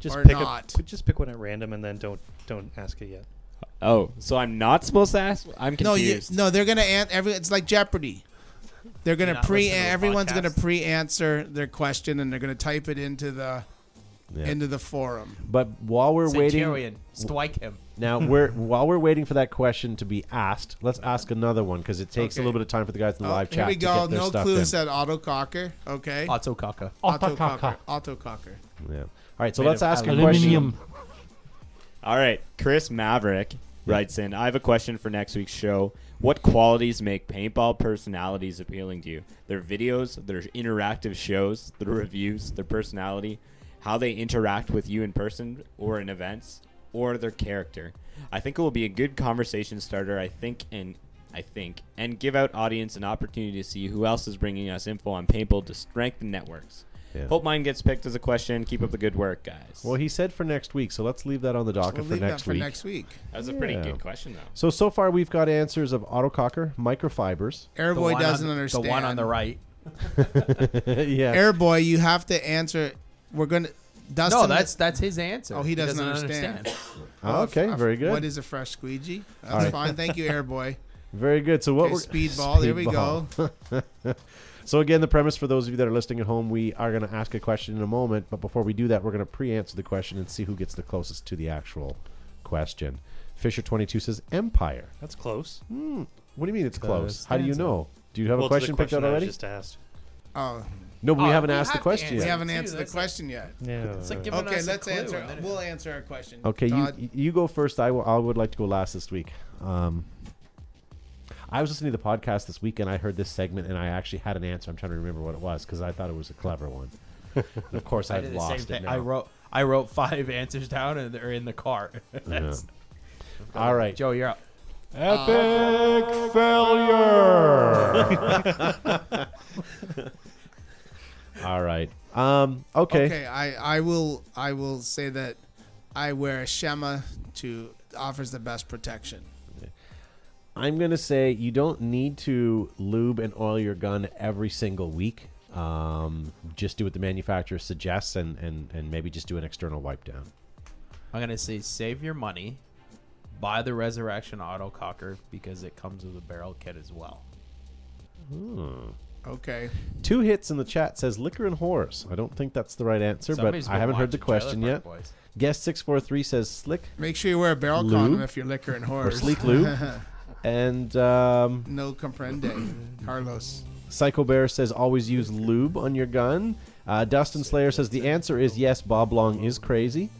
S13: Just
S8: or
S13: pick a-
S8: not.
S13: just pick one at random and then don't don't ask it yet.
S12: Oh, so I'm not supposed to ask? I'm
S8: No, you,
S12: confused.
S8: no, they're gonna answer. Every it's like Jeopardy. They're
S13: You're
S8: gonna
S13: not
S8: pre.
S13: listening to the
S8: Everyone's
S13: podcast.
S8: gonna pre-answer their question, and they're gonna type it into the
S6: Yeah.
S8: into the forum.
S6: But while we're
S11: Centurion,
S6: waiting,
S11: strike him.
S6: Now we're while we're waiting for that question to be asked, let's ask another one because it takes a
S8: Okay.
S6: little bit of time for the guys in the
S8: Oh,
S6: live
S8: Here
S6: chat
S8: we
S6: to get
S8: go.
S6: their
S8: No
S6: stuff
S8: clue
S6: in.
S8: said Otto Cocker. Okay.
S11: Otto Kaka.
S8: Otto Cocker. Otto Cocker.
S6: Yeah. All right, so
S11: Made
S6: let's
S11: of
S6: ask a
S9: aluminum.
S6: question.
S12: All right, Chris Maverick writes in. I have a question for next week's show. What qualities make paintball personalities appealing to you? Their videos, their interactive shows, their reviews, their personality, how they interact with you in person or in events, or their character. I think it will be a good conversation starter. I think and I think and give out audience an opportunity to see who else is bringing us info on paintball to strengthen networks.
S6: Yeah.
S12: Hope mine gets picked as a question. Keep up the good work, guys.
S6: Well, he said for next week, so let's leave that on the docket
S12: We'll
S6: for
S12: leave
S6: next
S12: that for
S6: week.
S12: next week. That was a pretty good question, though.
S6: So so far we've got answers of autococker, microfibers.
S11: The
S8: Airboy
S11: one on-
S8: doesn't
S11: the
S8: understand.
S11: one on the right.
S6: yeah.
S8: Airboy, you have to answer. We're gonna. Dustin,
S7: that's- that's his answer.
S8: Oh, he,
S7: He
S8: doesn't,
S7: doesn't
S8: understand.
S7: understand.
S6: Ah, okay,
S8: f-
S6: very good.
S8: What is a fresh squeegee? That's
S6: All right.
S8: fine. Thank you, Airboy.
S6: Very good. So what
S8: Okay,
S6: we're
S8: speedball, there we
S6: go. so again, the premise for those of you that are listening at home, we are going to ask a question in a moment, but before we do that, we're going to pre-answer the question and see who gets the closest to the actual question. Fisher twenty two says Empire.
S13: That's close.
S6: What do you mean it's
S13: Uh,
S6: close? How do you
S13: stanza.
S6: know? Do you have a
S13: Well, to the
S6: question picked
S13: question
S6: out
S13: I was
S6: already?
S13: just asked.
S8: Oh.
S6: No, but we
S8: Oh,
S6: haven't
S8: we
S6: asked the
S8: have to
S6: question
S8: answer.
S6: yet.
S8: We haven't answered the question yet.
S13: Yeah. It's like
S11: giving
S8: okay,
S11: us a
S8: let's
S11: clue,
S8: answer.
S11: isn't it?
S8: We'll answer our question.
S6: Okay,
S8: Todd,
S6: you you go first. I will- I would like to go last this week. Um, I was listening to the podcast this week and I heard this segment and I actually had an answer. I'm trying to remember what it was because I thought it was a clever one. And of course,
S11: I
S6: I've
S11: did the same
S6: lost it.
S11: thing.
S6: Now.
S11: I wrote I wrote five answers down and they're in the car. That's-
S6: All right,
S11: Joe, you're up.
S5: Epic failure.
S6: All right. Um, okay.
S8: Okay, I, I will I will say that I wear a Shema to offers the best protection.
S6: I'm gonna say you don't need to lube and oil your gun every single week. Um, just do what the manufacturer suggests and and and maybe just do an external wipe down.
S11: I'm gonna say save your money, buy the Resurrection Auto Cocker because it comes with a barrel kit as well.
S6: Hmm.
S8: Okay.
S6: Two hits in the chat says liquor and whores. I don't think that's the right answer,
S8: Somebody's
S6: but I
S8: been
S6: haven't heard the
S8: watching Trailer
S6: question yet.
S8: Park Boys.
S6: Guest six four three says slick.
S8: Make sure you wear a barrel
S6: lube,
S8: condom if you're liquor and
S6: or
S8: whores.
S6: sleek lube. and um,
S8: No comprende, Carlos.
S6: Psycho Bear says always use lube on your gun. Uh, Dustin Slayer says the answer is yes. Bob Long is crazy.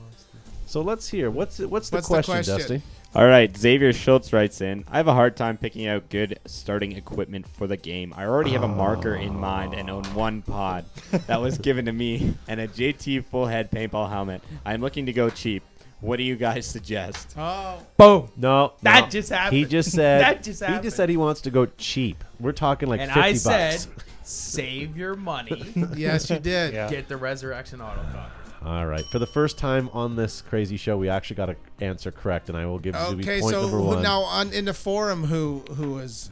S6: So let's hear what's what's the,
S8: What's the
S6: question,
S8: question?
S6: Dusty?
S12: All right, Xavier Schultz writes in. I have a hard time picking out good starting equipment for the game. I already have a marker in mind and own one pod that was given to me and a JT full head paintball helmet. I'm looking to go cheap. What do you guys suggest?
S8: Oh.
S6: Boom! No,
S11: That
S6: no.
S11: just
S6: He
S11: happened.
S6: just said
S11: That just
S6: He
S11: happened.
S6: just said he wants to go cheap. We're talking like
S11: and
S6: fifty
S11: I
S6: bucks.
S11: said, save your money.
S8: Yes, you did. Yeah.
S11: Get the Resurrection Auto Cocker.
S6: All right. For the first time on this crazy show, we actually got an answer correct, and I will give Zuby
S8: Okay,
S6: point
S8: so
S6: number
S8: who,
S6: one.
S8: now on in the forum, who who was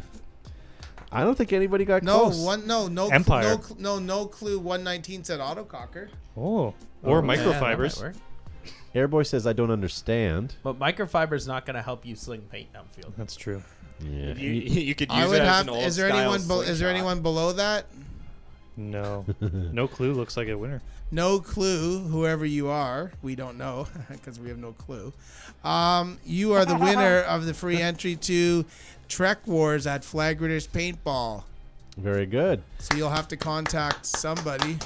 S6: I don't think anybody got
S8: no
S6: close.
S8: one no no cl-
S6: Oh, Empire.
S8: no cl- no no clue. One nineteen said autococker.
S6: Oh,
S11: Or yeah, that microfibers. might work.
S6: Airboy says I don't understand.
S11: But microfiber's not gonna help you sling paint downfield.
S13: That's true.
S6: Yeah.
S11: You- you could
S8: I
S11: use
S8: would
S11: it as
S8: have.
S11: an
S8: is there
S11: old-style
S8: anyone? Be, is there anyone below that?
S13: No. no clue looks like a winner.
S8: No clue. Whoever you are, we don't know because we have no clue. Um, you are the winner of the free entry to Trek Wars at Flag Raiders Paintball.
S6: Very good.
S8: So you'll have to contact somebody.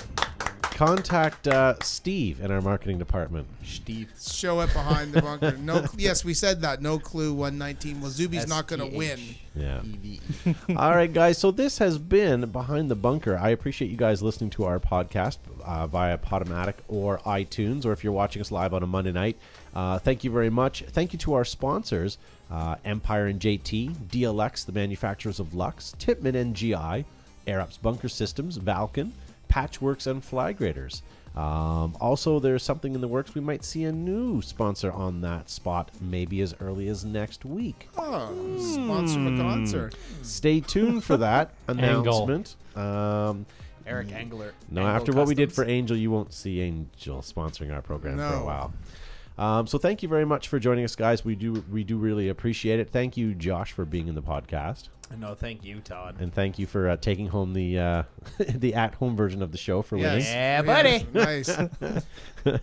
S6: Contact uh, Steve in our marketing department. Steve.
S8: Show it behind the bunker. No. cl- yes, we said that. No clue. One nineteen. Well, Zuby's not going to win.
S6: Yeah.
S11: E
S6: All right, guys. So this has been Behind the Bunker. I appreciate you guys listening to our podcast uh, via Podomatic or iTunes, or if you're watching us live on a Monday night. Uh, thank you very much. Thank you to our sponsors, uh, Empire and JT, DLX, the manufacturers of Lux, Tipman and GI, Arabs Bunker Systems, Valken, Patchworks, and Flag Raiders. Um, also, there's something in the works. We might see a new sponsor on that spot, maybe as early as next week.
S8: Oh, sponsor a concert.
S6: Stay tuned for that
S8: Angle.
S6: announcement. Um,
S11: Eric Angler.
S6: no,
S11: Angle
S6: after what we did for Angel, you won't see Angel sponsoring our program for a
S11: No.
S6: while. Um, so thank you very much for joining us, guys. We do we do really appreciate it. Thank you, Josh, for being in the podcast,
S11: No, thank you, Todd.
S6: and thank you for uh, taking home the uh, the at home version of the show for
S8: Yes. Yeah,
S11: buddy.
S8: Nice.
S6: winning.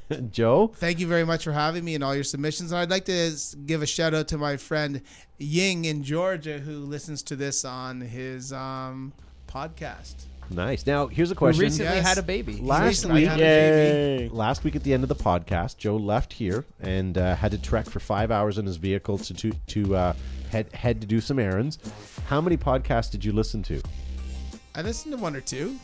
S6: Joe,
S8: Thank you very much for having me and all your submissions. And I'd like to s- give a shout out to my friend Ying in Georgia who listens to this on his um, podcast.
S6: Nice. Now, here's a question.
S11: recently Yes. had a baby. He
S6: Last
S11: recently
S6: week,
S11: had a baby.
S6: Yay. last week at the end of the podcast, Joe left here and uh, had to trek for five hours in his vehicle to to, to uh, head head to do some errands. How many podcasts did you listen to?
S8: I listened to one or two.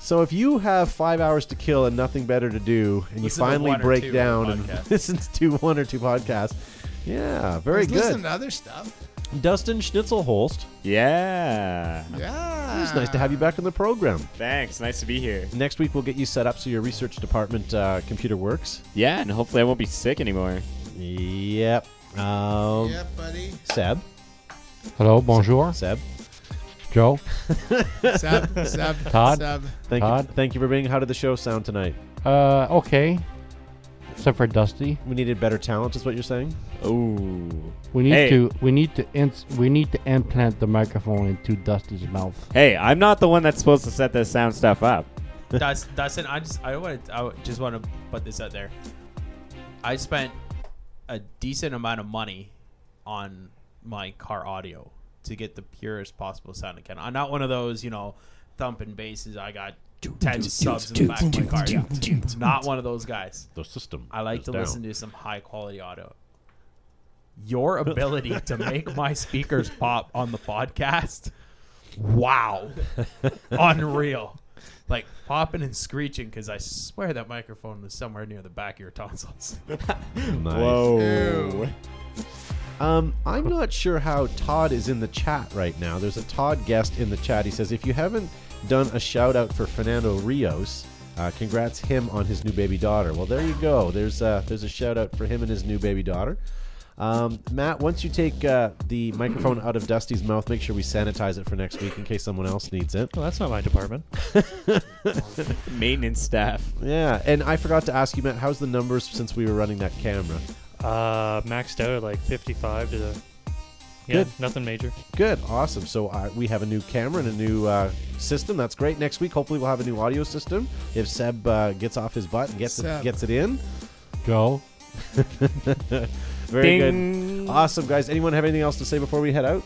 S6: So if you have five hours to kill and nothing better to do, and you
S8: Listen to
S6: finally
S8: one or two
S6: break down and
S8: podcasts.
S6: listen to one or two podcasts, yeah, very
S8: Just Listen
S6: good.
S8: to other stuff.
S6: Dustin Schnitzelholst. Yeah.
S8: Yeah.
S6: It's nice to have you back on the program.
S12: Thanks. Nice to be here.
S6: Next week we'll get you set up so your research department uh, computer works.
S12: Yeah, and hopefully I won't be sick anymore.
S6: Yep. Um,
S8: yep, buddy.
S6: Seb.
S9: Hello, bonjour.
S6: Seb.
S9: Joe.
S8: Seb, Seb,
S9: Todd?
S8: Seb.
S6: Thank
S9: Todd?
S6: you. Thank you for being. How did the show sound tonight?
S9: Uh, okay. Except for Dusty.
S6: We needed better talent, is what you're saying? Oh.
S9: We need
S12: Hey.
S9: to we need to ins- we need to implant the microphone into Dusty's mouth.
S12: Hey, I'm not the one that's supposed to set this sound stuff up.
S11: Dust, Dustin, I just I want to, I just want to put this out there. I spent a decent amount of money on my car audio to get the purest possible sound I can. I'm not one of those, you know, thumping basses. I got ten subs in the back of my car. Yeah. Not one of those guys.
S6: The system.
S11: I like
S6: is
S11: to
S6: down.
S11: listen to some high quality audio. Your ability to make my speakers pop on the podcast, wow, unreal. Like popping and screeching because I swear that microphone was somewhere near the back of your tonsils.
S12: Oh.
S6: Whoa. Um, I'm not sure how Todd is in the chat right now. There's a Todd guest in the chat. He says, if you haven't done a shout out for Fernando Rios, uh, congrats him on his new baby daughter. Well, there you go. There's a, there's a shout out for him and his new baby daughter. Um, Matt, once you take uh, the microphone out of Dusty's mouth, make sure we sanitize it for next week in case someone else needs it. Well, that's not my department.
S12: Maintenance staff.
S6: Yeah, and I forgot to ask you, Matt, how's the numbers since we were running that camera?
S13: Uh, maxed out at like 55 to the. Yeah,
S6: Good.
S13: nothing major.
S6: Good, awesome. So uh, we have a new camera and a new uh, system. That's great. Next week, hopefully, we'll have a new audio system. If Seb uh, gets off his butt and gets it,
S9: Seb.
S6: gets it in,
S9: Joe.
S6: very good, awesome, guys. Anyone have anything else to say before we head out?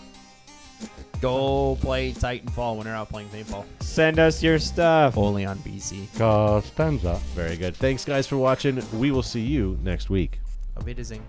S11: Go play Titanfall when they're out playing paintball.
S12: Send us your stuff.
S11: Only on BC.
S9: Costanza.
S6: Very good. Thanks, guys, for watching. We will see you next week.
S11: Amazing.